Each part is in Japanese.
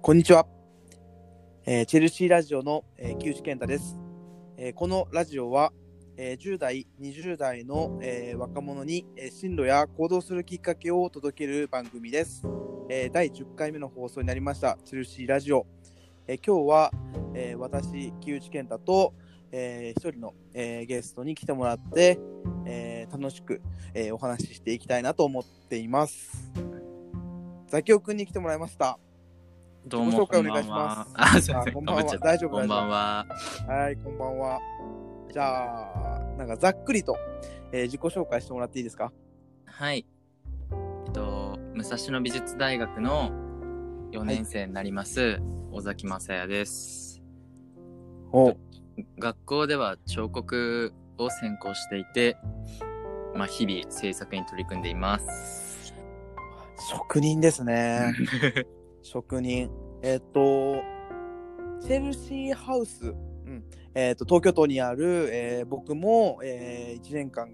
こんにちは、えーチェルシーラジオの、えー木内健太です、えーこのラジオは、えー10代、20代の、えー若者に、えー進路や行動するきっかけを届ける番組です、えー第10回目の放送になりました、チェルシーラジオ。えー今日は、えー私、木内健太と、えー一人の、えーゲストに来てもらって、えー楽しく、えーお話ししていきたいなと思っています。ザキオ君に来てもらいました。どうも、自己紹こ介んばんは。お願いしますあ、すいませあこん、こんんばんは大丈夫こんばんは。はい、こんばんは。じゃあ、なんかざっくりと、えー自己紹介してもらっていいですかはい。えっと、武蔵野美術大学の4年生になります、尾崎正也です。お学校では彫刻を専攻していて、まあ、日々制作に取り組んでいます。職人ですね。職人。えっ、と、チェルシーハウス、うんえっと東京都にある、えー僕も、え1年間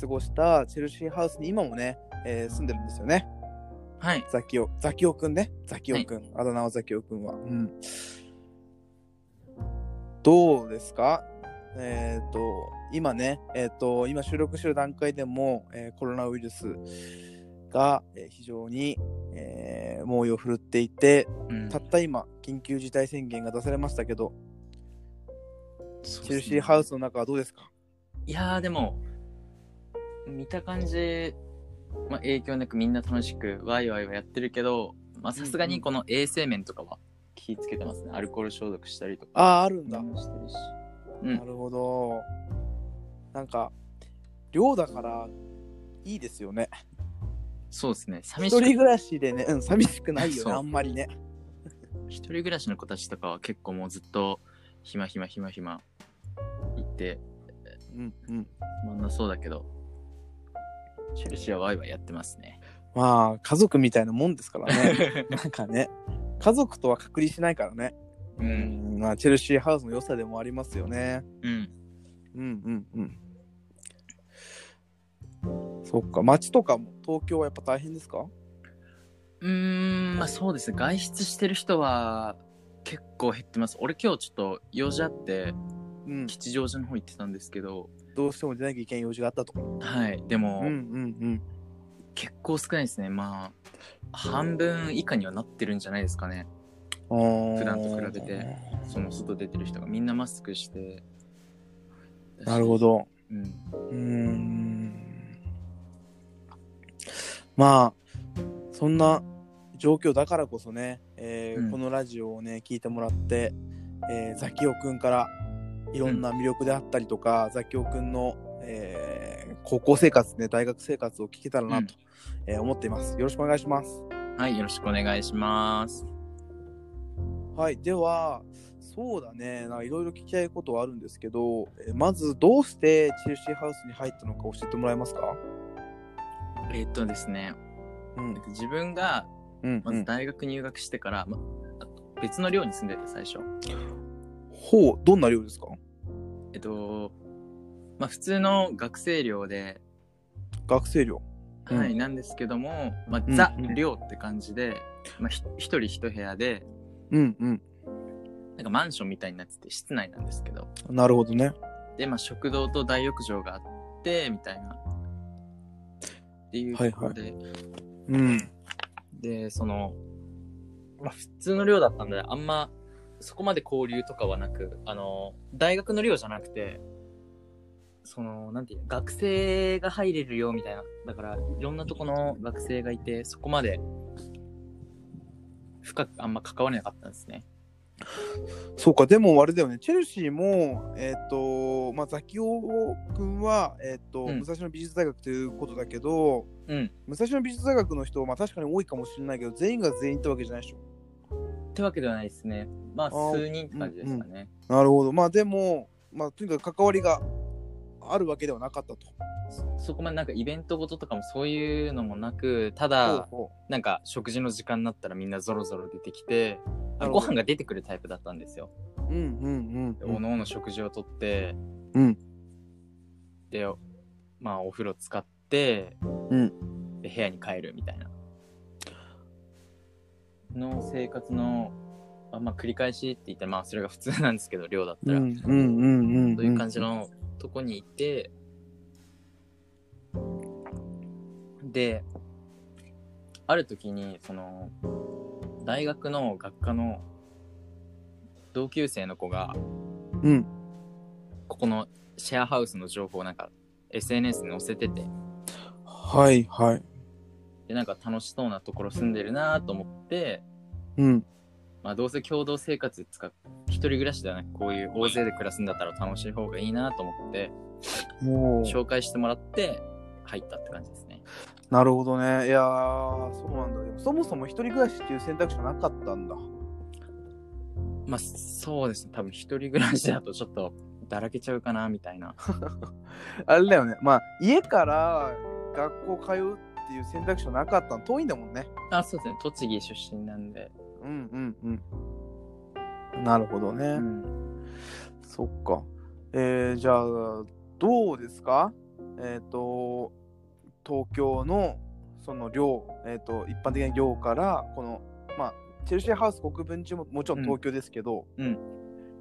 過ごしたチェルシーハウスに今もね、えー住んでるんですよね。 はい。ザキオ、ザキオくんね。ザキオくん。あだ名はザキオくんは。うん。どうですかえっ、と、今ね、えっ、と、今収録してる段階でも、えーコロナウイルスが、えー非常に、えー猛威を振るっていて、うんたった今、緊急事態宣言が出されましたけど、そうですねチェルシーハウスの中はどうですかいやーでも見た感じ、まあ、影響なくみんな楽しくワイワイはやってるけどまあさすがうんうんにこの衛生面とかは気ぃつけてますねアルコール消毒したりとかああ、あるんだ。もしてるしうなんるほど。なんか、寮だから、いいですよね。そうですね寂し一く人暮らしでね、うん、寂しくないよそね、うあんまりね。一人暮らしの子たちとかは結構もうずっと暇暇暇暇行ってうんうん。まんなそうだけどチェルシーはワイワイやってますねまあ、家族みたいなもんですから ね。なんかね、家族とは隔離しないからね。ううんん、まあ、チェルシーハウスの良さでもありますよね。 うんうんうんうん。そっか、街とかも東京はやっぱ大変ですかうーん、まあそうですね。外出してる人は結構減ってます。俺今日ちょっと用事あって、うん。吉祥寺の方行ってたんですけど、どうしても出なきゃいけん用事があったとか。はい。でうも、んうん結構少ないですね。まあ、半分以下にはなってるんじゃないですかね。うん。普段と比べて。その外出てる人がみんなマスクして。なるほど。ど。うん。うーんまあそんな状況だからこそね、えーうんこのラジオをね聞いてもらって、えーザキオくんからいろんな魅力であったりとか、ザキオくんの、えー高校生活ね大学生活を聞けたらなと、えー思っていますよろしくお願いしますはい、よろしくお願いします。はいではそうだねなんかいろいろ聞きたいことはあるんですけど、えーまずどうしてチェルシーハウスに入ったのか教えてもらえますかえっとですね、うん自分がうんまず大学入学してから、まあ別の寮に住んでて最初。ほう、どんな量ですかえっと、まあ、普通の学生寮で、学生寮。うんはい、なんですけども、まあうんザうん寮って感じで、まあ、ひ一人一部屋で、うんうん。なんかマンションみたいになってて、室内なんですけど、なるほどね。で、まあ、食堂と大浴場があって、みたいな。っていうところで、うん。で、その、まあ、普通の寮だったんで、あんま、そこまで交流とかはなく、あの、大学の寮じゃなくて、その、なんていうの学生が入れるよみたいな。だから、いろんなとこの学生がいて、そこまで、深くあんま関われなかったんですね。そうか、でもあれだよね、チェルシーも、えっ、と、まあ、ザキオ君は、えっ、と、うん武蔵野美術大学ということだけど、うん。武蔵野美術大学の人、まあ、確かに多いかもしれないけど、全員が全員ってわけじゃないでしょ。ってわけではないですね。まあ、ー数人って感じですかね。なるほど。まあ、でも、まあ、とにかく関わりがあるわけではなかったと。そそこまでなんかイベントごととかもそういうのもなく、ただ、ほなんか食事の時間になったらみんなぞろぞろ出てきて、なるほごど飯が出てくるタイプだったんですよ。うほう。うんうんでうんお。のおの食事をとって、うんで、まあお風呂使って、うで部屋に帰るみたいな。の生活の、あまあ、繰り返しって言って、まあ、それが普通なんですけど、寮だったうら。んうんうんうんん。そういう感じのとこに行って、で、ある時に、その、大学の学科の同級生の子が、うん。ここのシェアハウスの情報をなんか SNS に載せてて、はいはい。で、なんか楽しそうなところ住んでるなと思って、うん。まあどうせ共同生活使う、一人暮らしではなくこういう大勢で暮らすんだったら楽しい方がいいなと思って、もう、紹介してもらって入ったって感じですね。なるほどね。いやー、そうなんだ。でもそもそも一人暮らしっていう選択肢がなかったんだ。まあそうですね多分一人暮らしだとちょっとだらけちゃうかなみたいなあれだよね。まあ、家から学校通うっていう選択肢がなかったの遠いんだもんね。 あそうですね栃木出身なんで、うんうんうん。なるほどね。うん、そっか。えー、じゃあ、どうですかえっ、と、東京のその寮、えっ、と、一般的な寮から、この、まあ、チェルシーハウス国分寺ももちろん東京ですけど、うんうん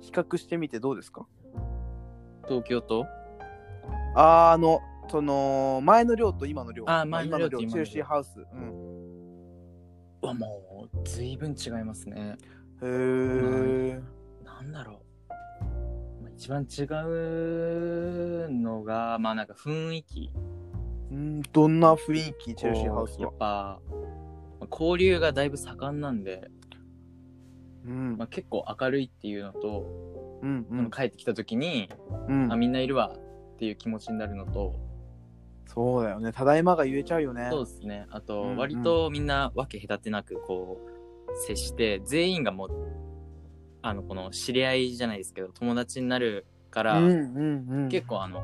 比較してみてどうですか東京とあーあの、その、前の寮と今の寮。あー前の寮とまあ今の寮チェルシーハウス。うん。はもう随分違いますねへー。なんだろう、まあ、一番違うのがまあなんか雰囲気うん、どんな雰囲気、チェルシーハウスやはっ。ぱまあ交流がだいぶ盛んなんで、うんまあ、、結構明るいっていうのと、うん、うそのん帰ってきた時に、、うんあ。みんないるわっていう気持ちになるのと、そうだよね。ただいまが言えちゃうよね。そうですね。あと、うんうん割とみんな分け隔てなくこう接して、全員がもう、あの、この知り合いじゃないですけど、友達になるから、うん、うん、うん。結構あの、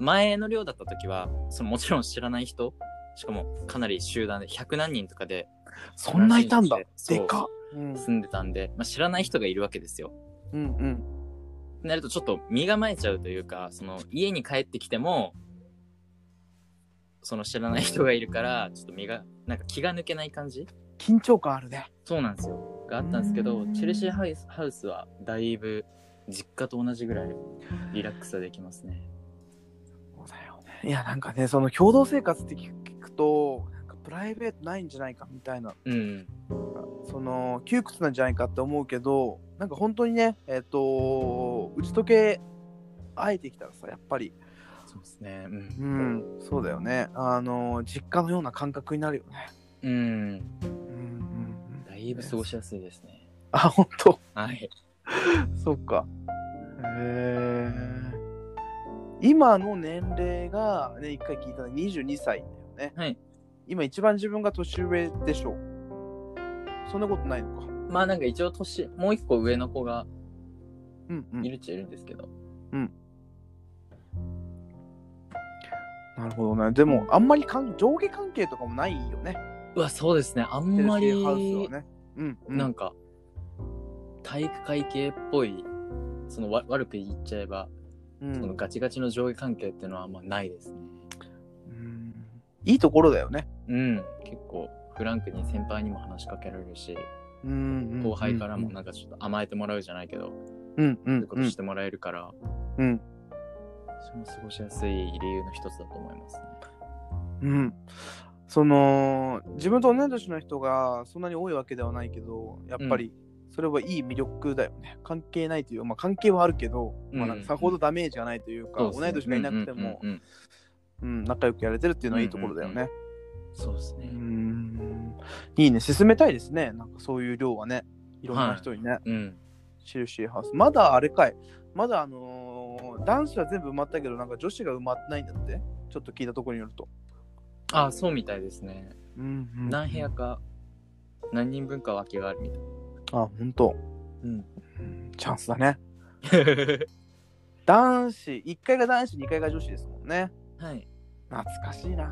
前の寮だった時は、そのもちろん知らない人、しかもかなり集団で100何人とかでそんないたんだら。しいんですでよかっ。うん住んでたんで、まあ、知らない人がいるわけですよ。うんうん。なるとちょっと身構えちゃうというかその家に帰ってきてもその知らない人がいるからちょっと身がなんか気が抜けない感じ緊張感あるね。そうなんですよがあったんですけどチェルシーハウスハウスはだいぶ実家と同じぐらいリラックスできますねそうだよね。いや、なんかね、その共同生活って聞く聞くと、なんかプライベートないんじゃないかみたいな、うんその窮屈なんじゃないかって思うけど、なんか本当にね、えっ、と、打ち解け会えてきたらさ、やっぱり、そうですねうん、うん、そうだよね。あの、実家のような感覚になるよね。うん、うんうんうん。だいぶ過ごしやすいですねあ、本当。 はいそっか。へえ。今の年齢が、ね、一回聞いたの22歳だよね。はい。今一番自分が年上でしょう。そんなことないのか。まあなんか一応年もう一個上の子がうんういん。るっちゃいるんですけどなるほどね。でも、あんまりかん上下関係とかもないよね。うわそうですねあんテルシまりーハウスはね。うん、うん。なんか、体育会系っぽい、そのわ悪く言っちゃえば、うんそのガチガチの上下関係っていうのはあんまないですね。うんいいところだよね。うん、結構フランクに先輩にも話しかけられるし、うん後輩からもなんかちょっと甘えてもらうじゃないけど、うんうそういんううことんしてもらえるから、うんそれも過ごしやすい理由の一つだと思いますね。うん、その自分と同い年の人がそんなに多いわけではないけどやっぱりそれはいい魅力だよね、関係ないというまあ関係はあるけど、まあ、なんうんかさほどダメージがないというか、そう同いです年がねいなくても、うんうんうんうん、仲良くやれてるっていうのはいいところだよねうんそうですねうん。いいね進めたいですねなんかそういう量はねいろんな人にね、うん。シルシーハウスまだあれかいまだあのー男子は全部埋まったけどなんか女子が埋まってないんだってちょっと聞いたところによると、あ、そうみたいですね。うんうん何部屋か、何人分か分けがあるみたい。あ本当うん。うんチャンスだね。男子、1階が男子、2階が女子ですもんね。 はい。懐かしいな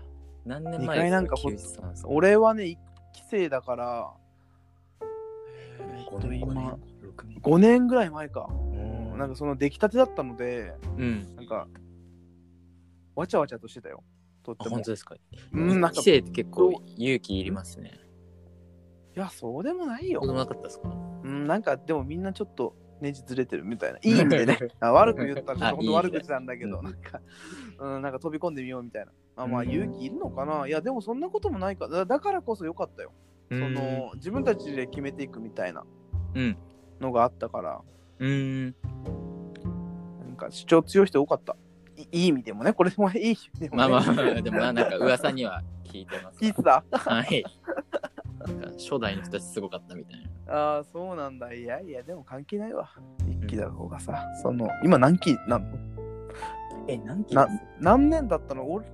ぁ何年前二階なんかほ休日さんですか俺はね、1期生だから、えーっ五と年今、六年5年ぐらい前か。うんなんかその出来たてだったので、うんなんか、わちゃわちゃとしてたよ。とっあても本当。ですかうん、なん規か、制って結構勇気いりますねや、そうでもないよそうで。もなかったですかうん、なんかでもみんなちょっとねじずれてるみたいな。いいんで ね。あ悪く言ったらちょっとあい本い当ね悪口なんだけど、うんなんか、 うん、なんか飛び込んでみようみたいな。あまあうん勇気いるのかな、いやでもそんなこともないからだだからこそよかったよ、そそ、の自分たちで決めていくみたいなうん。のがあったからうん。なんか主張強い人多かったいいい意味でもねこれも いい意味でも、ね、まあまあまあ、でもななんか噂には聞いてます聞いかてたら。はい。なんか初代の人たちすごかったみたいな。ああそうなんだいやいやでも関係ないわ一期だろうがさその今何期なのえ、何期な何年だったの俺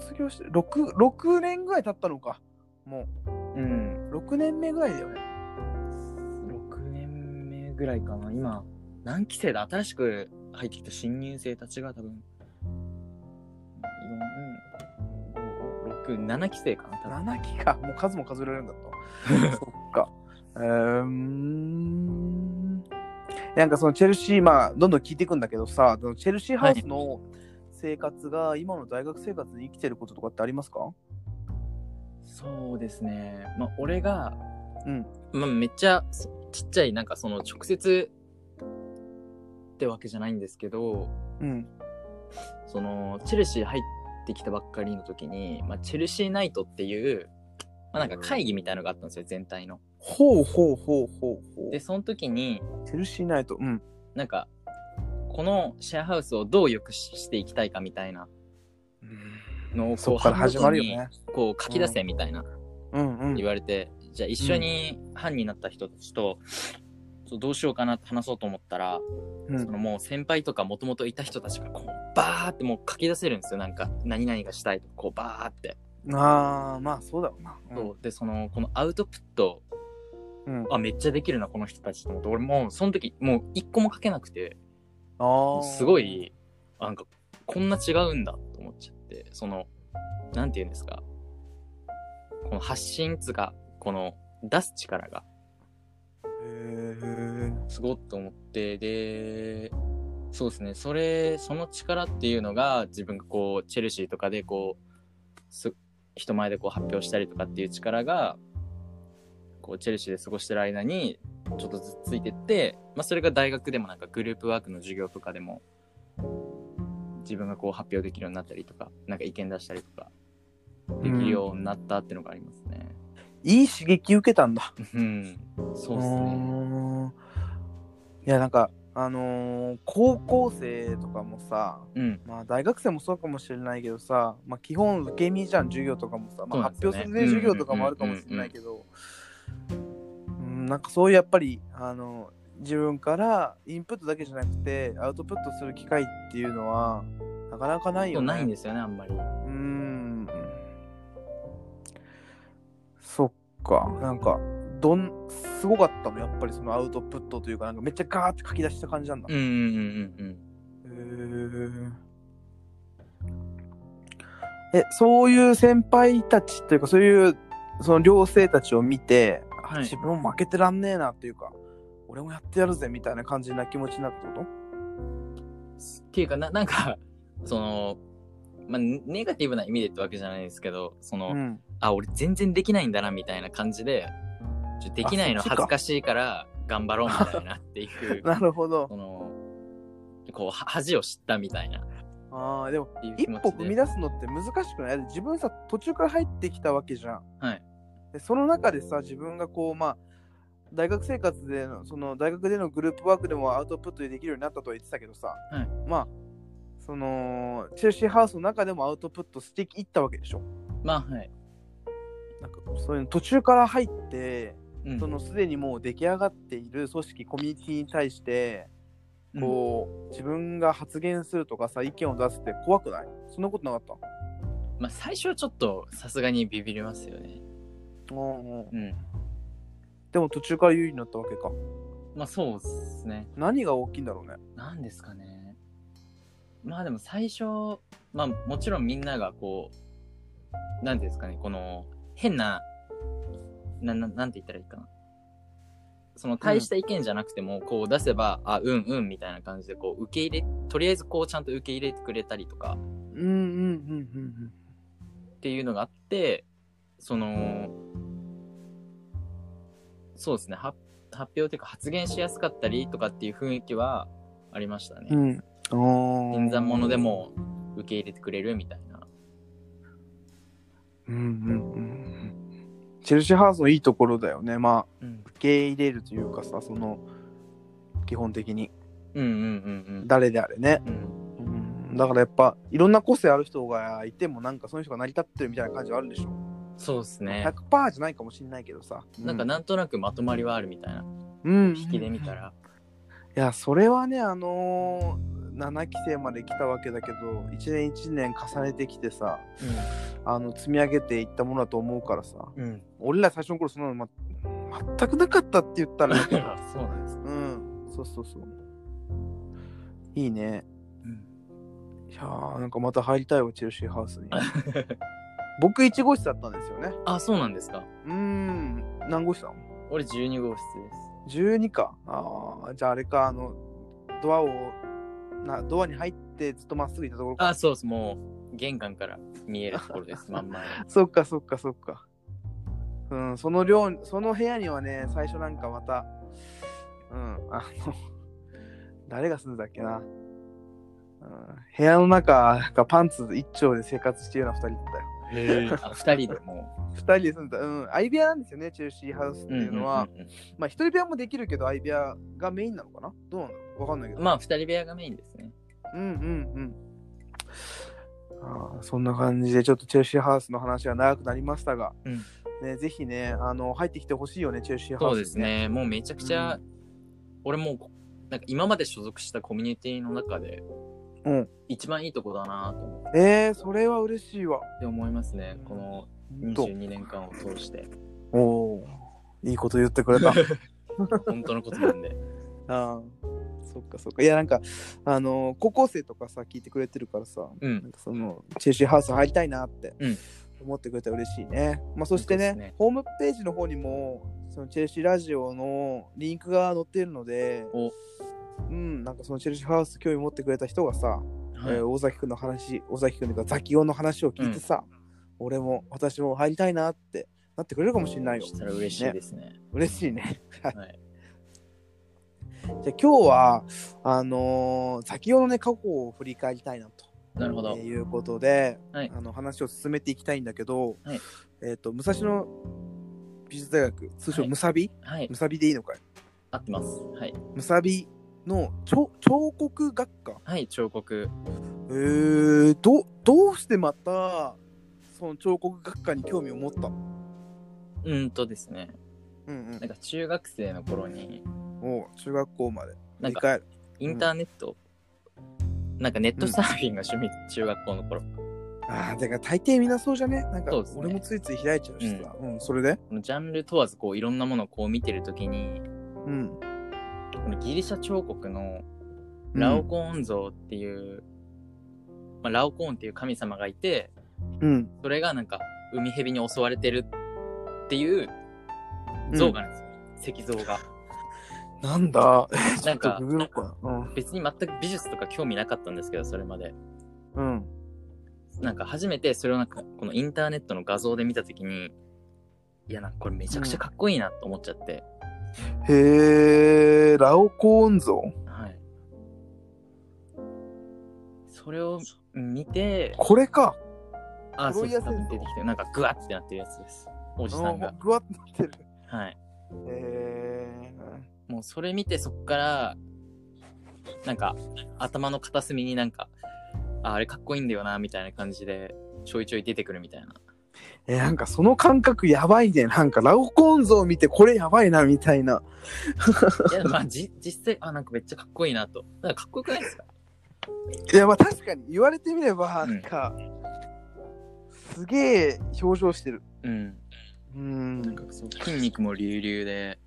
卒業して 6, 6年ぐらい経ったのかもうん。う6年目ぐらいだよね6年目ぐらいかな。今、何期生だ新しく入ってきた新入生たちが多分、4、5、6、7期生かな多分。 7期かもう数も数えられるんだ とそっかうーんなんかそのチェルシーまあどんどん聞いていくんだけどさそのチェルシーハウスの生活が今の大学生活で生きてることとかってありますかそうですね。まあ、俺が、うんまあ、めっちゃそちっちゃい、なんかその直接ってわけじゃないんですけど、うんそのチェルシー入ってきたばっかりの時に、まあ、チェルシーナイトっていう、まあ、なんか会議みたいなのがあったんですよ、全体の。ほうほうほうほうほうで、その時に、チェルシーナイトうんなんか、このシェアハウスをどう良くししていきたいかみたいなのをそこう、っから班ごと始まるによねこう書き出せみたいなうんうん言われて、じゃあ一緒に班になった人たちと、そうどうしようかなって話そうと思ったら、うんそのもう先輩とかもともといた人たちがこうバーってもう書き出せるんですよなんか何々がしたいとかこうバーって、ああまあそうだろうなそうでそのこのアウトプットうん、あめっちゃできるなこの人たちと思って俺もうその時もう一個も書けなくてあーすごいなんかこんな違うんだと思っちゃってそのなんて言うんですかこの発信っつうかこの出す力がへえすごっと思ってでそうですねそれその力っていうのが自分がこうチェルシーとかでこうす人前でこう発表したりとかっていう力がこうチェルシーで過ごしてる間にちょっとずつついてって、まあ、それが大学でもなんかグループワークの授業とかでも自分がこう発表できるようになったりとかなんか意見出したりとかできるようになったっていうのがありますね。いい刺激受けたんだうん、そうですね。うーんいやなんかあのー高校生とかもさうん、まあ大学生もそうかもしれないけどさ、まあ、基本受け身じゃん授業とかもさ、まそあ、うな発んですよ表ねする授業とかもあるかもしれないけどうんなんかそういうやっぱりあの自分からインプットだけじゃなくてアウトプットする機会っていうのはなかなかないよね。ないんですよねあんまり。うーん。そっか。なんか、どん、すごかったの、やっぱりそのアウトプットというか、なんかめっちゃガーって書き出した感じなんだ。うんうんうんうんうん。へーえ、そういう先輩たちというか、そういう、その寮生たちを見て、あはい自分も負けてらんねえなっていうか、俺もやってやるぜみたいな感じな気持ちになったってこっていうかな、なん か、その、まあ、ネネガティブな意味でってわけじゃないですけど、そとの、うん。あ、俺全然できないんだな、みたいな感じで、ちょできないのあそっちか恥ずかしいから頑張ろうみたいなっていう、 なるほど。その、こう、は恥を知ったみたいな。ああ、でもっていう一気持ち歩で踏み出すのって難しくないだって自分さ途中から入ってきたわけじゃん。はいでその中でさ自分がこうまあ大学生活でのその大学でのグループワークでもアウトプットできるようになったとは言ってたけどさ、はいまあそのチェルシーハウスの中でもアウトプットしていったわけでしょ。まあ、はい。なんかそういうの途中から入ってうんそのすでにもう出来上がっている組織コミュニティに対してこう、自分が発言するとかさ意見を出すって怖くないそんなことなかったうんまあ、最初はちょっと、さすがにビビりますよね。うんうんうん。でも途中から優位になったわけか。まあ、そうですね。何が大きいんだろうね。なんですかねまあでも最初まあもちろんみんながこうなんていうんですかねこの変ななななんて言ったらいいかなその大した意見じゃなくてもこう出せば、あうんうんみたいな感じでこう受け入れとりあえずこうちゃんと受け入れてくれたりとかうんうんうんうんっていうのがあってそのそうですね発発表というか発言しやすかったりとかっていう雰囲気はありましたね、ん。ああ。銀座もので。も受け入れてくれるみたいなうんうんうんうん。チェルシーハーツのいいところだよね。まあ、うん受け入れるというかさ、その、基本的に、うんうんうん誰であれね。うんうんうん。だからやっぱ、いろんな個性ある人がいても、なんかその人が成り立ってるみたいな感じはあるでしょ。そうですね100%じゃないかもしんないけどさ。なんかなんとなくまとまりはあるみたいなうん、引きで見たらいやそれはねあのー、7期生まで来たわけだけど1年1年重ねてきてさあの積み上げていったものだと思うからさうん うん俺ら最初の頃そんなの、ま、全くなかったって言ったらいいからそうなんですうんそうそうそういいねいやーなんかまた入りたいわチェルシーハウスに僕1号室だったんですよねあそうなんですかうーん何号室だ俺12号室です12かあーじゃああれかあのドアをなドアに入ってずっとまっすぐ行ったところかあそうですもう玄関から見えるところ ですまんま そっかそっかそっか。うん、その寮、その部屋にはね、最初なんかまた、うん、あの、 誰が住んでたっけな。うん、部屋の中がパンツ一丁で生活してるような二人だったよ。へあ2人でも二人で住んでた、うん、相部屋なんですよね、チェルシーハウスってういうのは。んうんうんまあ一人部屋もできるけど、相部屋がメインなのかなどうなのわかんないけうど。んまあ2人部屋がメインですねうんうんうん。あーそんな感じでちょっとチェルシーハウスの話は長くなりましたが、うんね、ぜひねあの入ってきてほしいよねチェルシーハウス、そうですねもうめちゃくちゃ、う俺もうこなんか今まで所属したコミュニティの中で、うん一番いいとこだなと思っえー、それは嬉しいわて思いますねこのほんと22年間を通しておおーいいこと言ってくれ た本当のことな んであーそっかそっかいやなんかあの高校生とかさ聞いてくれてるからさうなんんかそのチェルシーハウス入りたいなってうん思ってくれたら嬉しいね、まあ、そしてね本当ですねホームページの方にもそのチェルシーラジオのリンクが載っているのでおうんなんかそのチェルシーハウス興味持ってくれた人がさ、はい、えー尾崎くんの話尾崎くんというかザキオの話を聞いてさ、俺も私も入りたいなってなってくれるかもしれないよしたら嬉しいですね嬉しいねはい、じゃあ今日はあのー、ザキオのね過去を振り返りたいなとなるほとどいうことで、はいあの話を進めていきたいんだけど、はいえっ、と武蔵野美術大学通称はいムサビ、はいムサビでいいのかい合ってますはいムサビの彫彫刻学科はい彫刻えー、どどうしてまたその彫刻学科に興味を持ったのうんとですねうんなんか中学生の頃にうんおう中学校までなん理か解インターネット、なんかネットサーフィンが趣味、中学校の頃ああだから大抵みんなそうじゃねなんかそうですね俺もついつい開いちゃうしさうん、それでこのジャンル問わずこういろんなものをこう見てるときにうんこのギリシャ彫刻のラオコーン像っていう、まあ、ラオコーンっていう神様がいてうんそれがなんか海蛇に襲われてるっていう像があるんですよ、石像 がなんだななんんかかググろうかな別に全く美術とか興味なかったんですけどそれまでうんうんなんか初めてそれをなんかこのインターネットの画像で見たときにいやなんかこれめちゃくちゃかっこいいなと思っちゃって、へえ、ラオコーン像はいそれを見てこれか。あ、そう黒いやです。つ多分出てきてる、なんかグワッてなってるやつです。おじさんあがー。ぐわっとなってる。はい。へもうそれ見て、そっから、なんか、頭の片隅になんか、ああれかっこいいんだよな、みたいな感じで、ちょいちょい出てくるみ たいな。え。えー、なんかその感覚やばいね。なんかラオコーン像見てこれやばいなみたいな。いや、まあ、じ、実際、あ、なんかめっちゃかっこいいなと。なんかかっこよくないですかいやまあ確かに言われてみればうんなんか、すげえ表情してる。うん。うなんん。かそう、筋肉も隆々で、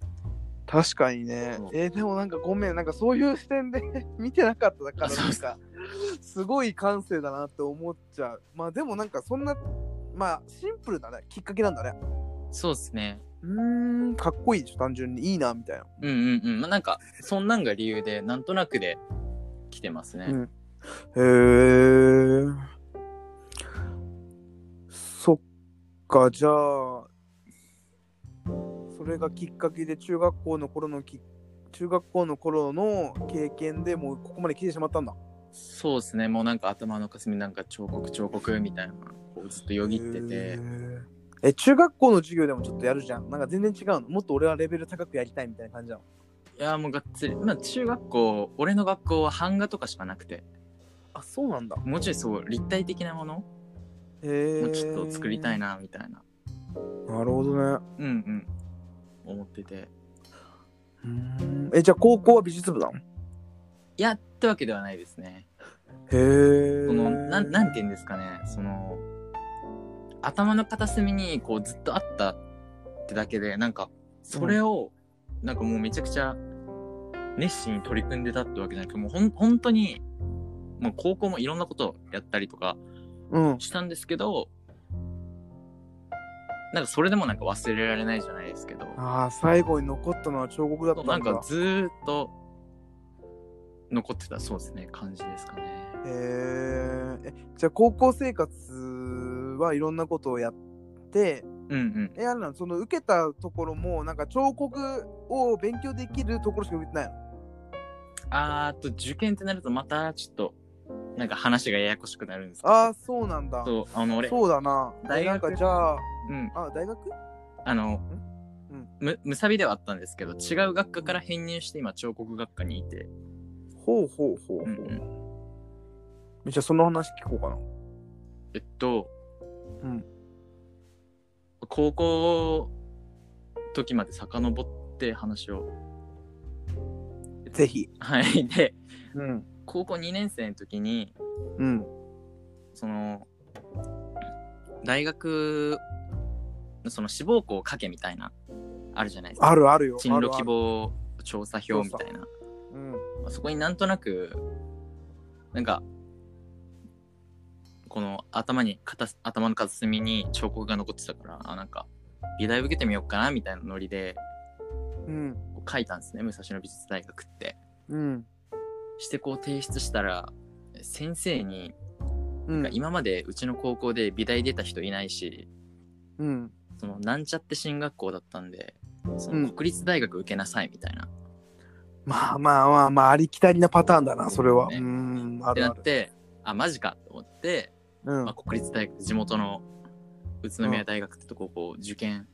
確かにねそう。えー、でもなんかごめん。なんかそういう視点で 見てなかっただからあそうなでんすかかすごい感性だなって思っちゃう。まあでもなんかそんなまあシンプルだね。きっかけなんだね。そうですね。うーん、かっこいいでしょ、単純に。いいな、みたいな。うんうんうん。まあ、なんか、そんなんが理由で、なんとなくで、来てますね。うんへえ。そっか、じゃあ、そそれがきっかけで中学校の頃のき中学校の頃の経験でもうここまで来てしまったんだ。そうですね、もうなんか頭の片隅なんか彫刻彫刻みたいな、こうずっとよぎってへて、ーえ、中学校の授業でもちょっとやるじゃん。なんか全然違うの。もっと俺はレベル高くやりたいみたいな感じなの。いやもうがっつり、まあ中学校、俺の学校は版画とかしかなくて、あ、そうなんだ。もうちょいそう立体的なものへーもうちょっと作りたい。なみたいな、なるほどね。うんうん、思ってて。うーんえ、じゃあ高校は美術部だのへいやってわけではないですね。え。このなんなんて言うんですかねその頭の片隅にこうずっとあったってだけでなんかそれを、なんかもうめちゃくちゃ熱心に取り組んでたってわけじゃなくてもうほん本当にもう高校もいろんなことをやったりとかうん。したんですけどなんかそれでもなんか忘れられないじゃないですけどああ、最後に残ったのは彫刻だったんだ。なんかずーっと残ってたそうですね感じですかね。へーえ。じゃあ高校生活はいろんなことをやって、うんうんえ、あれなのその受けたところも、なんか彫刻を勉強できるところしか受けてないのあーあと受験ってなるとまたちょっとなんか話がややこしくなるんですけどああ、そうなんだ。そうあの俺う、そうだな。大大学学なんかじゃあ、ん、あ、大学あのうんむむさびではあったんですけど違う学科から編入して今彫刻学科にいて、ほうほうほうほう。うんうん、じゃあその話聞こうかな。えっと、うん高校時まで遡って話を ぜひ。はいでうん。高校2年生の時にうん。その大学のその志望校を書けみたいなあるじゃないですかあるあるよ。進路あ希るある。望調査票みたいな、うん。まあそこになんとなくなんかこの頭に片す頭の片隅に彫刻が残ってたからあなんか美大受けてみようかなみたいなノリでうん。こう書いたんですね武蔵野美術大学ってうん。してこう提出したら先生に、うん。今までうちの高校で美大出た人いないしうん。そのなんちゃって進学校だったんでそうのん国立大学受けなさいみたいな、まあまあまあまあ、ありきたりなパターンだな、それは。ねうん。あってるなあっる。てあマジかと思ってうんまあ、。国立大学地元の宇都宮大学ってとこをこう受験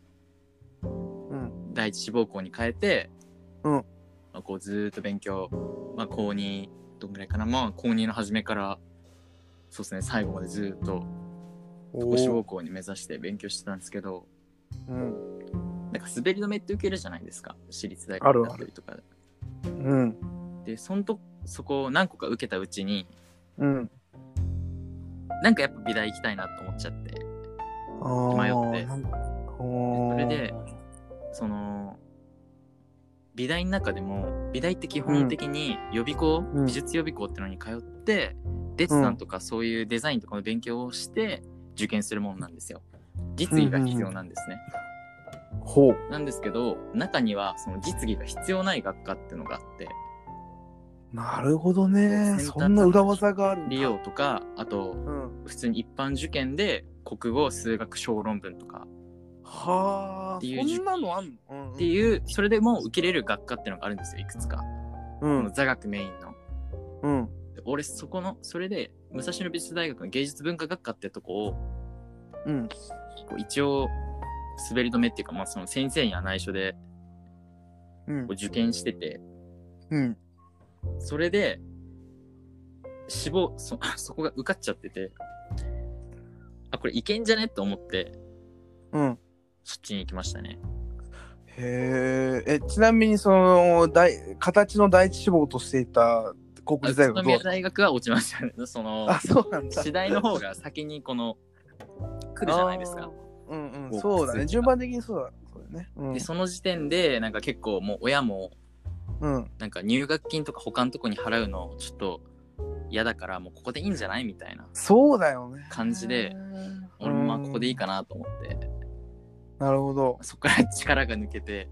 うん。第一志望校に変えて、うんまあ、こうずーっと勉強、まあ、高2どんぐらいかな、まあ、高2の初めからそうですね最後までずーっとおご志望ー校に目指して勉強してたんですけどうん。なんか滑り止めって受けるじゃないですか私立大学だったりとかでうん。でそんとそこを何個か受けたうちにうん。なんかやっぱ美大行きたいなと思っちゃって迷ってあーなんかおーそれでその美大の中でも美大って基本的に予備校、うん美術予備校ってのに通ってデッサンとかそういうデザインとかの勉強をして受験するものなんですよ実技が必要なんですね、ほう。なんですけど中にはその実技が必要ない学科っていうのがあってなるほどね。先端そんな裏技があるんだ理。容とかあとうん。普通に一般受験で国語数学小論文とかはあ。っていう受そんなのあんのっていうそれでもう受けれる学科っていうのがあるんですよいくつか、うこのん。座学メインのうん。で俺そこのそれで武蔵野美術大学の芸術文化学科ってとこをうん。こう一応滑り止めっていうか、まあ、その先生には内緒でうんこう。受験しててうん。それで志望そ そこが受かっちゃっててあこれいけんじゃねと思ってうん。そっちに行きましたねへーえ、ちなみにその大形の第一志望としていた国あ宇立大都学どう宮大学は落ちましたね そのあ、そうなんだ。次第の方が先にこの来るじゃないですか。あー。うんう、こうんそうだくね。っついた順番的にそうだ。そうだね。うんでその時点でなんか結構もう親もうん。なんか入学金とか他のとこに払うのちょっと嫌だからもうここでいいんじゃないみたいなそうだよね。感じでうん、俺もまあここでいいかなと思ってなるほど。そこから力が抜けて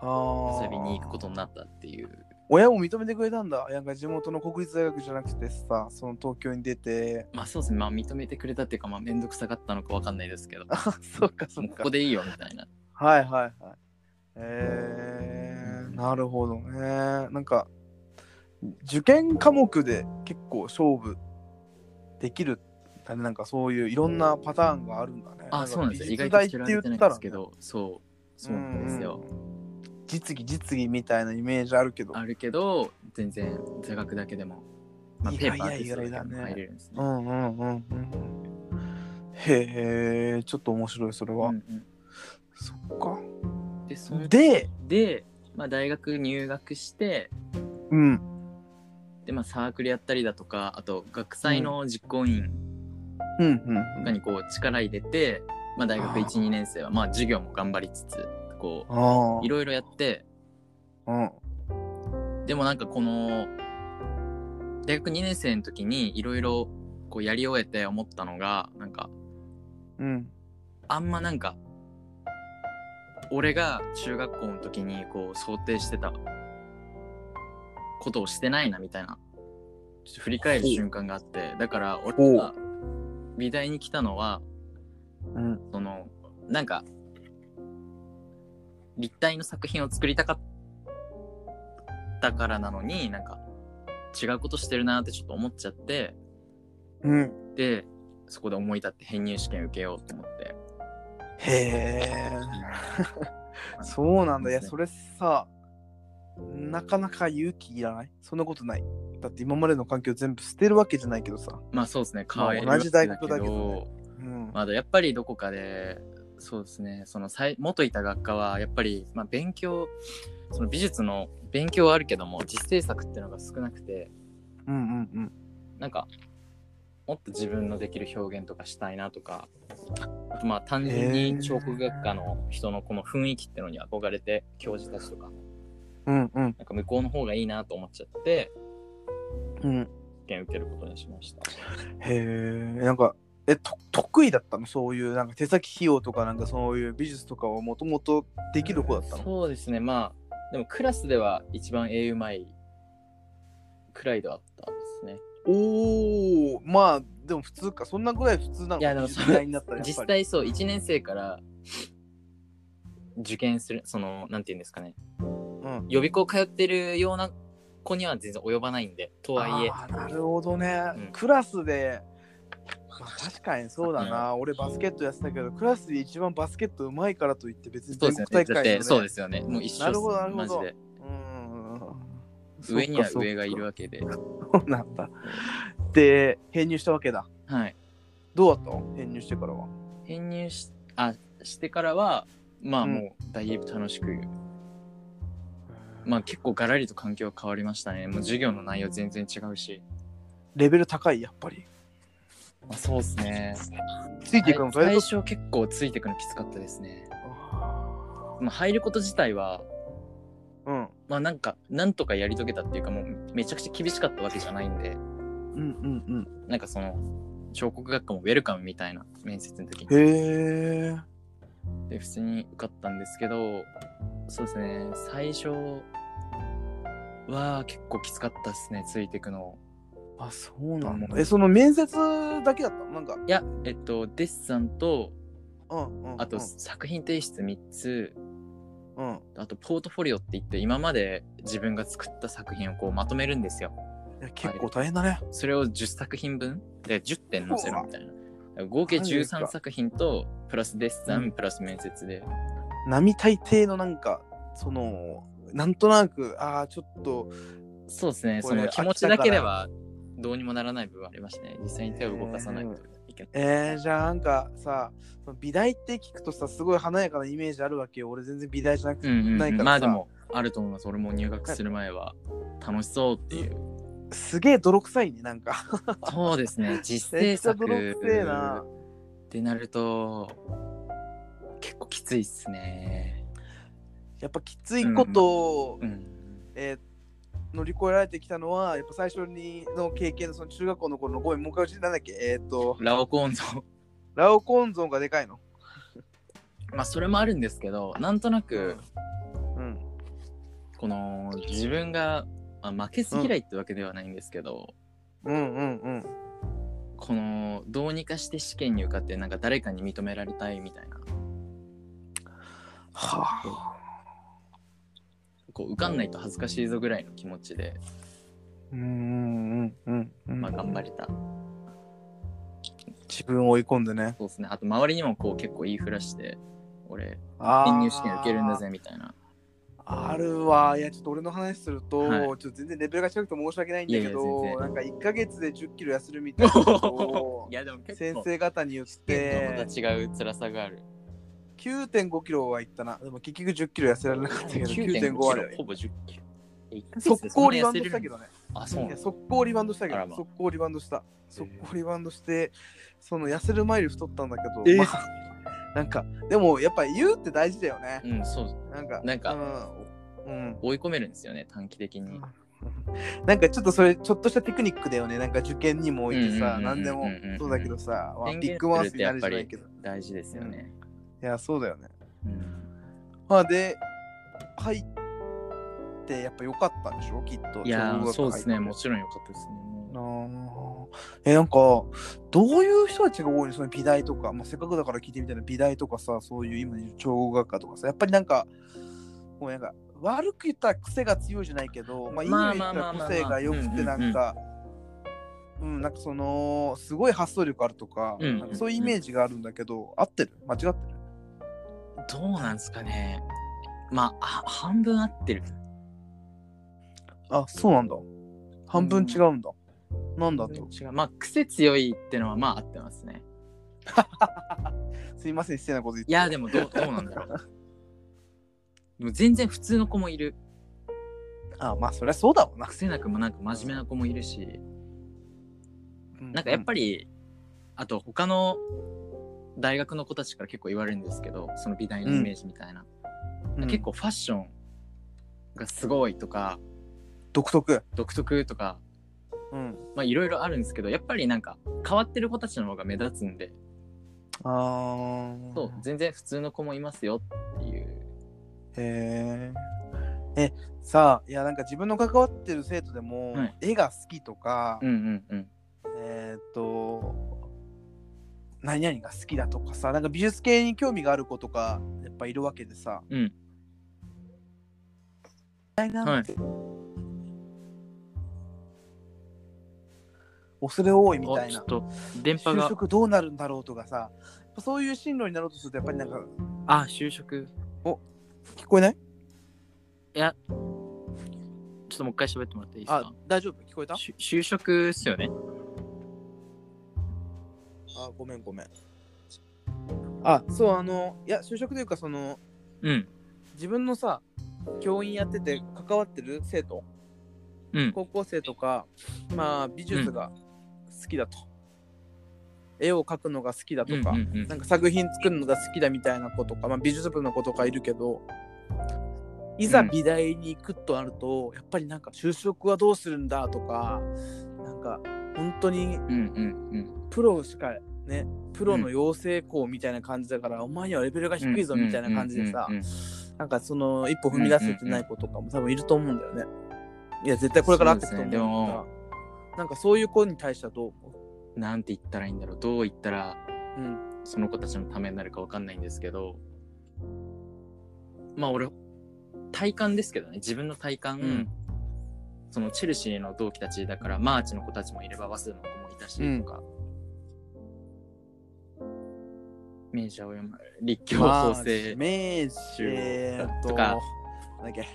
あ遊あ。びに行くことになったっていう親も認めてくれたんだ。なんか地元の国立大学じゃなくてさ、その東京に出 て。まあそうですねまあ認めてくれたっていうかまあ面倒くさかったのかわかんないですけどもあ、そうかそううこか こ。でいいよみたいなはいはいはい。えー、なるほどね。なんか、受験科目で結構勝負できるんだね。なんかそういういろんなパターンがあるんだね。あ、そうなんですよ。意外ととっ知てら言れってないたんでらすけね、ど、そう、そうなんですよ。うん。実技実技みたいなイメージあるけど。あるけど、全然座学だけでも、まあ、意ペ外ーパーやテスト意外だでねも入れるんですうんね。うんうんうん。へえ、ちょっと面白い、それは。うんうそっか。んで、そので、で、まあ、大学入学して、うん。で、まあ、サークルやったりだとか、あと、学祭の実行委員うんとうかん。にこう力入れて、まあ、大あ学ー1、2年生は、まあ、授業も頑張りつつ、こあう、いろいろやって、あ。うん。でもなんかこの、大学2年生の時にいろいろこうやり終えて思ったのが、なんか、うん。あんまなんか、俺が中学校の時にこう想定してたことをしてないなみたいな、ちょっと振り返る瞬間があって、だから俺が美大に来たのは、うん。その、なんか、立体の作品を作りたかったからなのに、なんか、違うことしてるなってちょっと思っちゃって、うん。で、そこで思い立って編入試験受けようと思って。へえ。 そうなんだ。いや、それさ、なかなか勇気いらないそんなことない。だって今までの環境全部捨てるわけじゃないけどさ。まあそうですね、まあ変える同じ大学だけどねわけだうん。まだやっぱりどこかで、そうですね、その最元いた学科は、やっぱり、まあ、勉強、その美術の勉強はあるけども、実制作っていうのが少なくて、うんうんうん。なんか、もっと自分のできる表現とかしたいなとか、あとまあ単純へにー彫刻学科の人のこの雰囲気ってのに憧れて、教授たちとか、うんうんなんか向こうの方がいいなと思っちゃって、うん。試験受けることにしました。へえ。なんか、え、と得意だったのそういう、なんか手先費用とか、なんかそういう美術とかはもともとできる子だったのそうですね、まあ、でもクラスでは一番絵うまいくらいではあったんですね。おおまあ、でも普通か。そんなぐらい普通なのいやでも実際になったらやっぱり実際そう1年生から受験するそのなんていうんですかね、ん予備校通ってるような子には全然及ばないんでとはいえあーなるほどね、うんクラスで、まあ、確かにそうだな、俺バスケットやってたけどクラスで一番バスケットうまいからといって別にそう全です国よね大だっ会てそうですすよねもう一緒なるほどなるほマジどでうん上にはそっか上がいるそっかわけでそうなんだで編入したわけだはいどうだったの編入してからは編入しあしてからはまあうんもうだいぶ楽しく、まあ結構ガラリと環境変わりましたねもう授業の内容全然違うし、レベル高いやっぱりまあ、そうですねついていくの大最変初結構ついてくのきつかったですねあまあ入ること自体はーうんまあなんか、なんとかやり遂げたっていうか、もうめちゃくちゃ厳しかったわけじゃないんで、うんうんなんかその、彫刻学科もウェルカムみたいな面接の時うんに。へえで、普通に受かったんですけど、そうですね、最初は結構きつかったですね、ついていくの。あそうなんだえその面接だけだったのなんかいや、えっと、デッサンと、うんうんうんあと作品提出3つ、うんあとポートフォリオって言って、今まで自分が作った作品をこうまとめるんですよ。いや結構大変だね。それを10作品分で10点載せるみたいな合計マジですか13作品とプラスデッサン、うんプラス面接で並大抵のなんか、その、なんとなく、ああ、ちょっと、そうですねこそれの気持ちだけではどうにもならない部分はありましたね実際に手を動かさないといけない、えー、じゃあなんかさ、その美大って聞くとさ、すごい華やかなイメージあるわけよ。俺全然美大じゃなくて、うんうんなういんからさまあでもあると思います俺も入学する前は楽しそうっていうすげえ泥臭いね、なんか。そうで すね実め践っちゃ作泥臭えなっ。てなると結構きついっすねやっぱきついことを、うんえー乗り越えられてきたのは、やっぱ最初にの経験の、その中学校の頃の、ごめん、もう一回教えてなんだっけ、えっ、と、ラオコーンゾ ーラオコンゾンがでかいの。まあそれもあるんですけどなんとなく、うん。この自分が、まあ、負けず嫌いってわけではないんですけど、うんうんうん。このどうにかして試験に受かってなんか誰かに認められたいみたいなはあ。こう受かんないと恥ずかしいぞぐらいの気持ちで、うんうんうんまあ、頑張れた、自分を追い込んでねそうですねあと周りにもこう結構言いふらして俺あー編入試験受けるんだぜみたいなあるわいやちょっと俺の話すると、はいちょっと全然レベルが違くて申し訳ないんだけいやいやど全然なんか1か月で1 0キロ痩せるみたいなことを いやでも結先構生方に言っ試験てとまた違う辛さが ある9 5キロはいったなでも結局1 0キロ痩せられなかったけど 9.5 9.5あキロるほぼ10キロえ一ヶ月速でそん攻なリバウンド痩せしれたるけのどねあそういなやの速攻リバウンドしたけあらどま速攻リバウンドしたへ速ー攻リバウンドしてその痩せる前より太ったんだけど、えーまあなんかでもやっぱ言うって大事だよねうんそうなんかなんかうん、うん追い込めるんですよね短期的になんかちょっとそれちょっとしたテクニックだよねなんか受験にもおいてさうんうんうんうんうん何でもそうだけどさ、まあ宣言ビッグマウスになるじゃないけどい大事ですよね、やそうだよねうんまあで入ってやっぱ良かったんでしょきっといやーそうですねもちちろん良かったですねもうろんえなんかどういう人たちが多いのその美大とか、まあ、せっかくだから聞いてみたいな美大とかさそういう今の超合学科とかさやっぱりなんかもうなんか悪く言ったら癖が強いじゃないけど、まあ、いいまあ意味で言ったまあらまあまあ個性が良くてうんうんなうんんかうんなんかそのすごい発想力あるとか,、うんうんうんなんかそういうイメージがあるんだけど合ってる間違ってるどうなんですかねまああ半分合ってるあそうなんだ半分違うんだ、なんだと違うまあ癖強いってのはまあ合ってますねすいません失礼なこと言っいてやでもどうどうなんだろうでも全然普通の子もいるあまあそりゃそうだろうな、癖なくもなんか真面目な子もいるしなんかやっぱりあと他の大学の子たちから結構言われるんですけどその美大のイメージみたいな、り結構ファッションがすごいとか独特独特とかうんまあいろいろあるんですけどやっぱりなんか変わってる子たちの方が目立つんであーそう全然普通の子もいますよっていうへえ。え、さあ、いや、なんか自分の関わってる生徒でも、はい絵が好きとか、うんうんうんえーっと、何々が好きだとかさ、なんか美術系に興味がある子とか、やっぱいるわけでさ。うんダイナはミいック恐れ多いみたあいちょなっ。と電波就が職どうなるんだろうとかさ、やっぱそういう進路になろうとすると、やっぱりなんか、あ就職聞こえないちょっともう一回喋ってもらっていいですあか、大丈夫聞こえたし就職っすよねあごめんごめんあそうあのいや就職というかそのうん自分のさ教員やってて関わってる生徒うん高校生とかまあ美術が好きだと、絵を描くのが好きだとか、うんうんうんなんか作品作るのが好きだみたいな子とか、まあ、美術部の子とかいるけどいざうん美大に行くとなると、やっぱりなんか就職はどうするんだとかなんか本当にうんうんプロしかねプロの養成校みたいな感じだから、お前にはレベルが低いぞうんみたいな感じでさうんうんうんなんかその一歩踏み出せてない子とかも多分いると思うんだよね。いや絶対これからあってくと思うんだそうですねよなんかそういう子に対してはどう思うんなんて言ったらいいんだろうどう言ったらううんその子たちのためになるかわかんないんですけどまあ俺体感ですけどね自分の体感、うんそのチェルシーの同期たちだからマーチの子たちもいれば早稲田の子もいたしとか、明治青山立教法制、明治えーっととかなんだっけ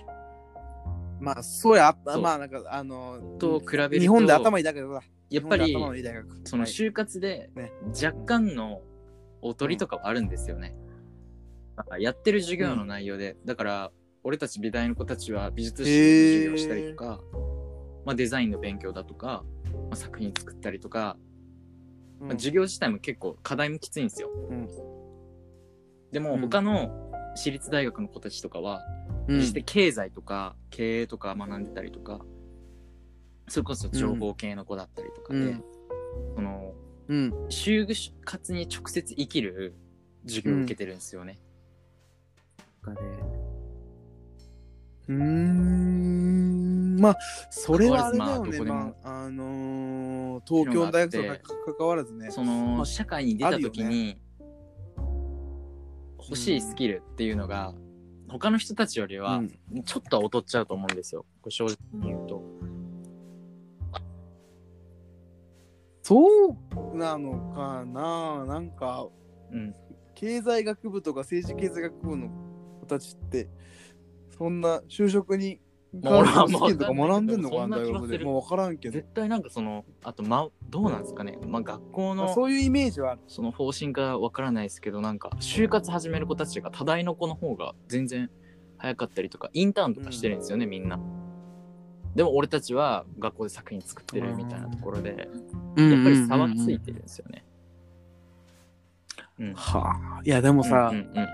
まあそうやあそうまあなんかあのと比べると日本で頭いいだけどやっぱり日本で頭のいい大学その就活でね若干の劣りとかはあるんですよね。なんかやってる授業の内容で、だから俺たち美大の子たちは美術史の授業をしたりとか、まあ、デザインの勉強だとか、まあ、作品作ったりとか、はいまあ、授業自体も結構課題もきついんですよ。うんでもうん他の私立大学の子たちとかは、うん実際経済とか経営とか学んでたりとかそれこそ情報系の子だったりとかで、うんそのうん就活に直接生きる授業を受けてるんですよね。とかでうーんまあそれはあれだよね、関わらずまあまああのー東京の大学とかか関わらずね。その社会に出た時あるに欲しいスキルっていうのが他の人たちよりはう、んちょっとは劣っちゃうと思うんですよ。これ正直に言うと。そうなのかななんかうん。経済学部とか政治経済学部の子たちってそんな就職にまあ俺は試験とか学んでんのかなまあ大そんな気が学でするもう分からんけど絶対なんかその、あと、ま、どうなんですかね。まあ、学校まあの、そういうイメージはあるその方針かわからないですけど、なんか、就活始める子たちが多大の子の方が全然早かったりとか、インターンとかしてるんですよね、みんな。でも俺たちは学校で作品作ってるみたいなところで、やっぱり差はついてるんですよね。うん。はあいやでもさ、うんうんううんん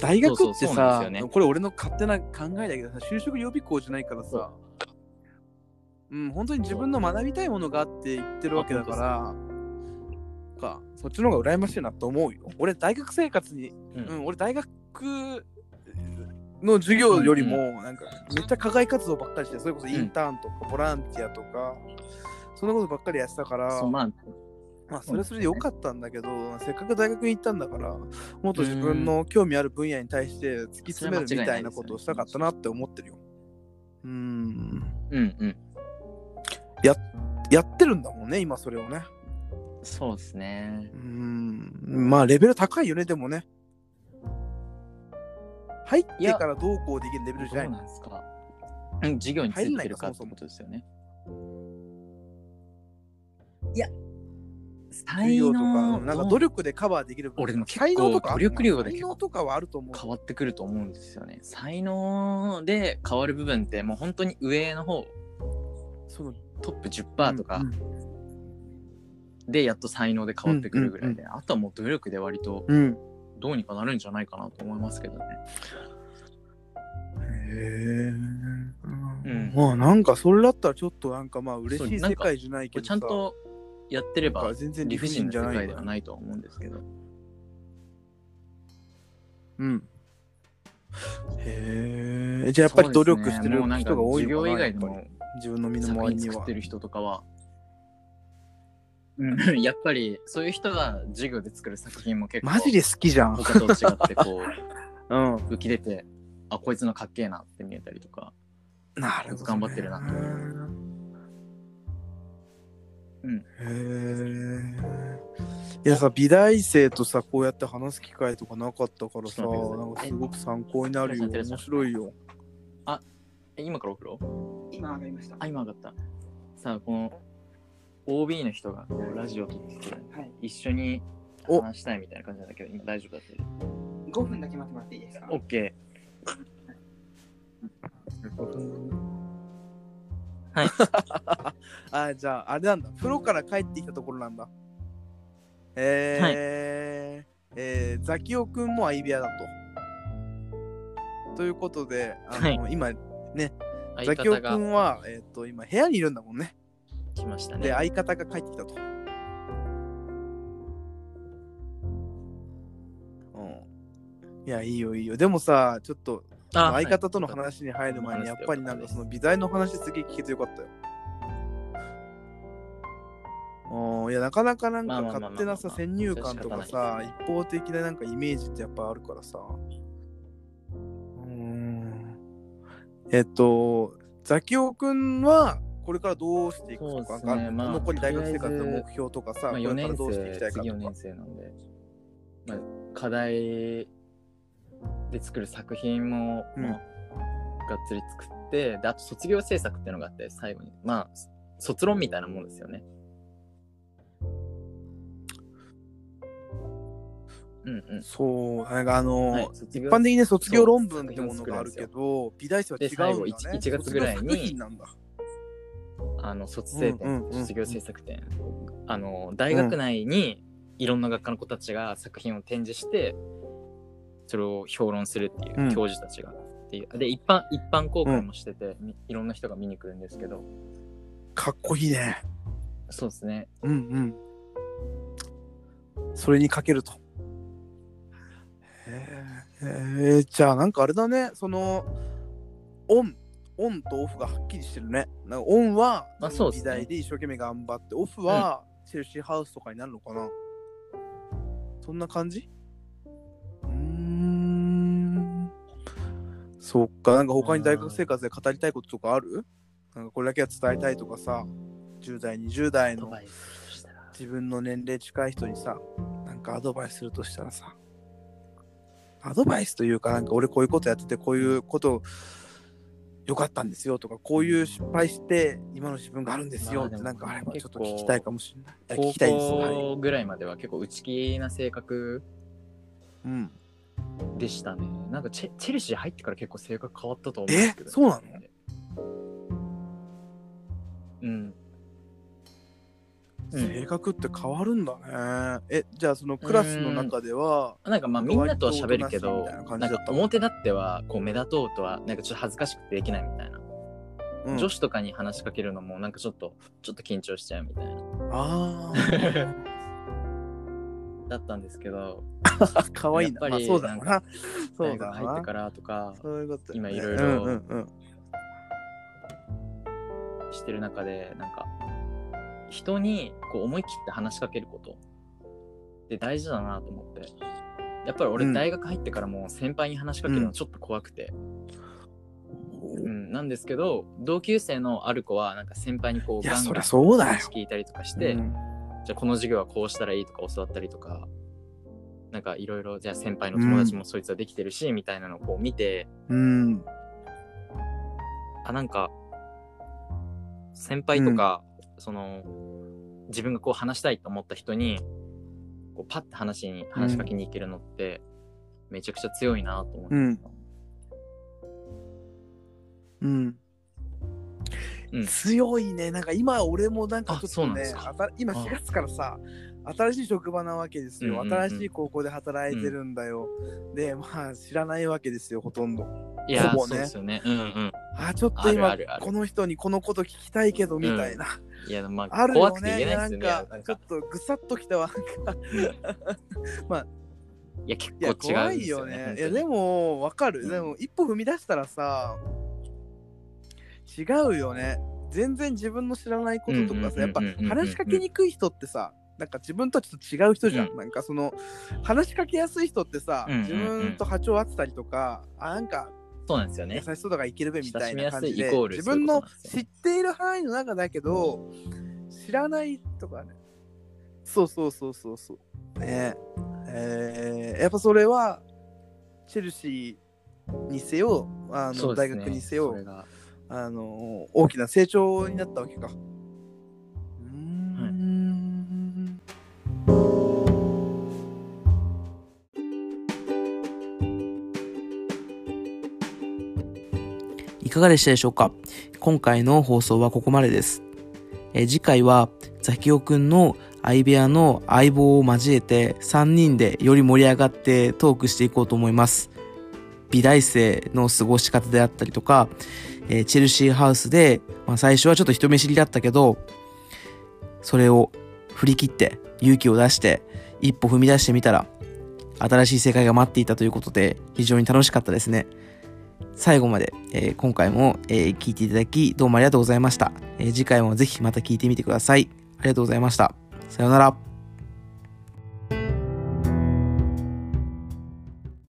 大学そうってそうそうなんさですよねこれ俺の勝手な考えだけどさ就職予備校じゃないからそさううん本当に自分の学びたいものがあって言ってるわけだからかそっちの方が羨ましいなと思うよ俺大学生活に、ううんん、俺大学の授業よりもなんかめっちゃ課外活動ばっかりしてそれこそインターンとかボランティアとか、そんなことばっかりやってたからそうまあまあ、それそれでよかったんだけど、せっかく大学に行ったんだから、もっと自分の興味ある分野に対して突き詰めるみたいなことをしたかったなって思ってるよ。うーん。うんうんやってるんだもんね、今それをね。そうですねうーん。まあ、レベル高いよね、でもね。入ってからどうこうできるレベルじどゃない。うなんですかうん授業についてるかってことですよねいや授才業能とか、なんか努力力でカバーできる分俺でも結構才能とかある努力量が才結構能とかはあると思う。変わってくると思うんですよね才能で変わる部分ってもう本当に上の方そのトップ10%とかうんでやっと才能で変わってくるぐらいで、うあとはもう努力で割とうん。どうにかなるんじゃないかなと思いますけどねへえ、んまあなんかそれだったらちょっとなんかまあ嬉しいそう世界じゃないこけれどちゃんとやってればなんか全然理理不不尽尽なじゃな世界いではないとは思うんですけどうんへえじゃあやっぱり努力してる人が多いのそうかなですねもうなんか授業以外やっぱのり自分の身の作回りに品作はってる人とかは、うん やっぱりそういう人が授業で作る作品も結構マジで好きじゃん他と違ってこうん う浮き出てあこいつのかっけえなって見えたりとかなるほど、ね、 頑張ってるなとうんへえいやさ美大生とさこうやって話す機会とかなかったからさちょっと待ってくださいなんかすごく参考になるよテレサ面白いよえ今からお風呂今上がりました。あ今上がったさあこの OB の人がこうラジオ撮っててはい。一緒にお話したいみたいな感じなんだけど今大丈夫だった5分だけ待ってもらっていいですか OK。はい。あじゃああれなんだ風呂から帰ってきたところなんだえーはいえーザキオくんも相部屋だとということであの、今ザ相キオ方くがんは、えー、と今部屋にいるんだもんね来ましたでね。相方が帰ってきたと、うん、いやいいよいいよでもさちょっとあ相方とのはい話に入る前にやっぱりなんかそのよかったです美大の話すげえ聞けてよかったよ。うんいやなかなかなんまあかまあまあまあ勝手なさ先入観とかそれは仕方さ一方的ななんかイメージってやっぱあるからさ。うーんえっとザキオくんはこれからどうしていくとかわかんない、そうですねまあ残り大学生活のとりあえず目標とかさ、まあ、これ4から年どうしていきたい生、か次4とか年。生なんで、まあ、課題で作る作品も、うんまあ、がっつり作って、で、あと卒業制作っていうのがあって、最後に、まあ、卒論みたいなもんですよね。うんうん。そうなんかあの、はい卒一業般的に卒業論文ってものがあるけど、美大生は違うんだ、ね、で最後一一月ぐらいに卒業作品なんだあの卒生展、うんうんうん卒業制作展、あの大学内にいろんな学科の子たちが作品を展示してそれを評論するっていう、うん教授たちがっていうで一般一般公開もしてて、みいろんな人が見に来るんですけどかっこいいねそうですねうんうんそれにかけるとへえへえじゃあなんかあれだねそのオンオンとオフがはっきりしてるねなんかオンはまあそうで美すね大で一生懸命頑張ってオフはチェルシーハウスとかになるのかな、そんな感じうーんそっか、なんか他に大学生活で語りたいこととかあるなんかこれだけは伝えたいとかさ、10代、20代ドのバイするとしたら。自分の年齢近い人にさ、なんかアドバイスするとしたらさ、アドバイスというか、なんか俺こういうことやってて、こういうこと良かったんですよとか、こういう失敗して、今の自分があるんですよって、まあでもなんかあればちょっと結聞構きたいかもしれないいや。聞高きたいです。はい。校ぐらいまでは結構内気な性格うん。でしたね。なんかチェチェルシー入ってから結構性格変わったと思うんえですけど。そうなのうん。う性ん、格って変わるんだね。え、じゃあそのクラスの中では、なんかまあみんなとは喋る割けどとおとなしいみたいな感じなんだかった表立ってはこう目立とうとはなんかちょっと恥ずかしくてできないみたいな、うん女子とかに話しかけるのもなんかちょっとちょっと緊張しちゃうみたいなあ だったんですけどあ、かわいいな。やまっぱありそうだろうなな。そう大だ学ろ入っうてな。からとかそういうことだよね今いろいろうんうんうん。してる中でなんか人にこう思い切って話しかけることって大事だなと思ってやっぱりう俺ん大学入ってからも先輩に話しかけるのちょっと怖くて、うんなんですけど同級生のある子はなんか先輩にこういや、ガンそガりンゃそうだよ話。聞いたりとかして、うんじゃあこの授業はこうしたらいいとか教わったりとかなんかいろいろじゃあ先輩の友達もそいつはできてるし、みたいなのをこう見てうん。あなんか先輩とか、その自分がこう話したいと思った人にこうパッて話に話しかけに行けるのって、めちゃくちゃ強いなと思って、うんうんうん強いね。なんか今俺もなんかちょあっそうとなんでね、すかあた今あ4月からさ、新しい職場なわけですうんよ。うんうん新しい高校で働いてるんだよ。で、まあ知らないわけですよ、ほとんど。いやーほぼそうねですよねうんうんあ、ちょっと今あるあるあ、るこの人にこのこと聞きたいけど、みたいな。いやまあある怖よくて言ね。えなないですんよねいやかな、ちんょかっとぐさっときたわ。なんかまあいや結いや、構違怖うんでいすよよねねい本。当や、にでも、わかうる。んでも、一歩踏み出したらさ、違うよね。全然自分の知らないこととかさ、うやっんうんうぱんうんうんうん話しかけにくい人ってさ、なんか自分とはちょっと違う人じゃ。うんなんかその、話しかけやすい人ってさ、うんうんうん自分と波長合ってたりとか、あ、なんかそうなんですよね優しそうだからいけるべみたいな感じ親しみでやすいイコー、ル自分のそういうことなんです知っている範囲の中だけど、知らないとかね。そうそうそうそうそう。ねええーやっぱそれは、チェルシーにせよ、あそのうです大ね学にせそよれ、があの大きな成長になったわけか。うーん。いかがでしたでしょうか今回の放送はここまでです。えー次回はザキオくんの相部屋の相棒を交えて3人でより盛り上がってトークしていこうと思います。美大生の過ごし方であったりとか、えーチェルシーハウスで、まあ、最初はちょっと人見知りだったけど、それを振り切って勇気を出して一歩踏み出してみたら新しい世界が待っていたということで非常に楽しかったですね。最後まで、えー今回も、えー聞いていただきどうもありがとうございました、えー次回もぜひまた聞いてみてくださいありがとうございましたさようなら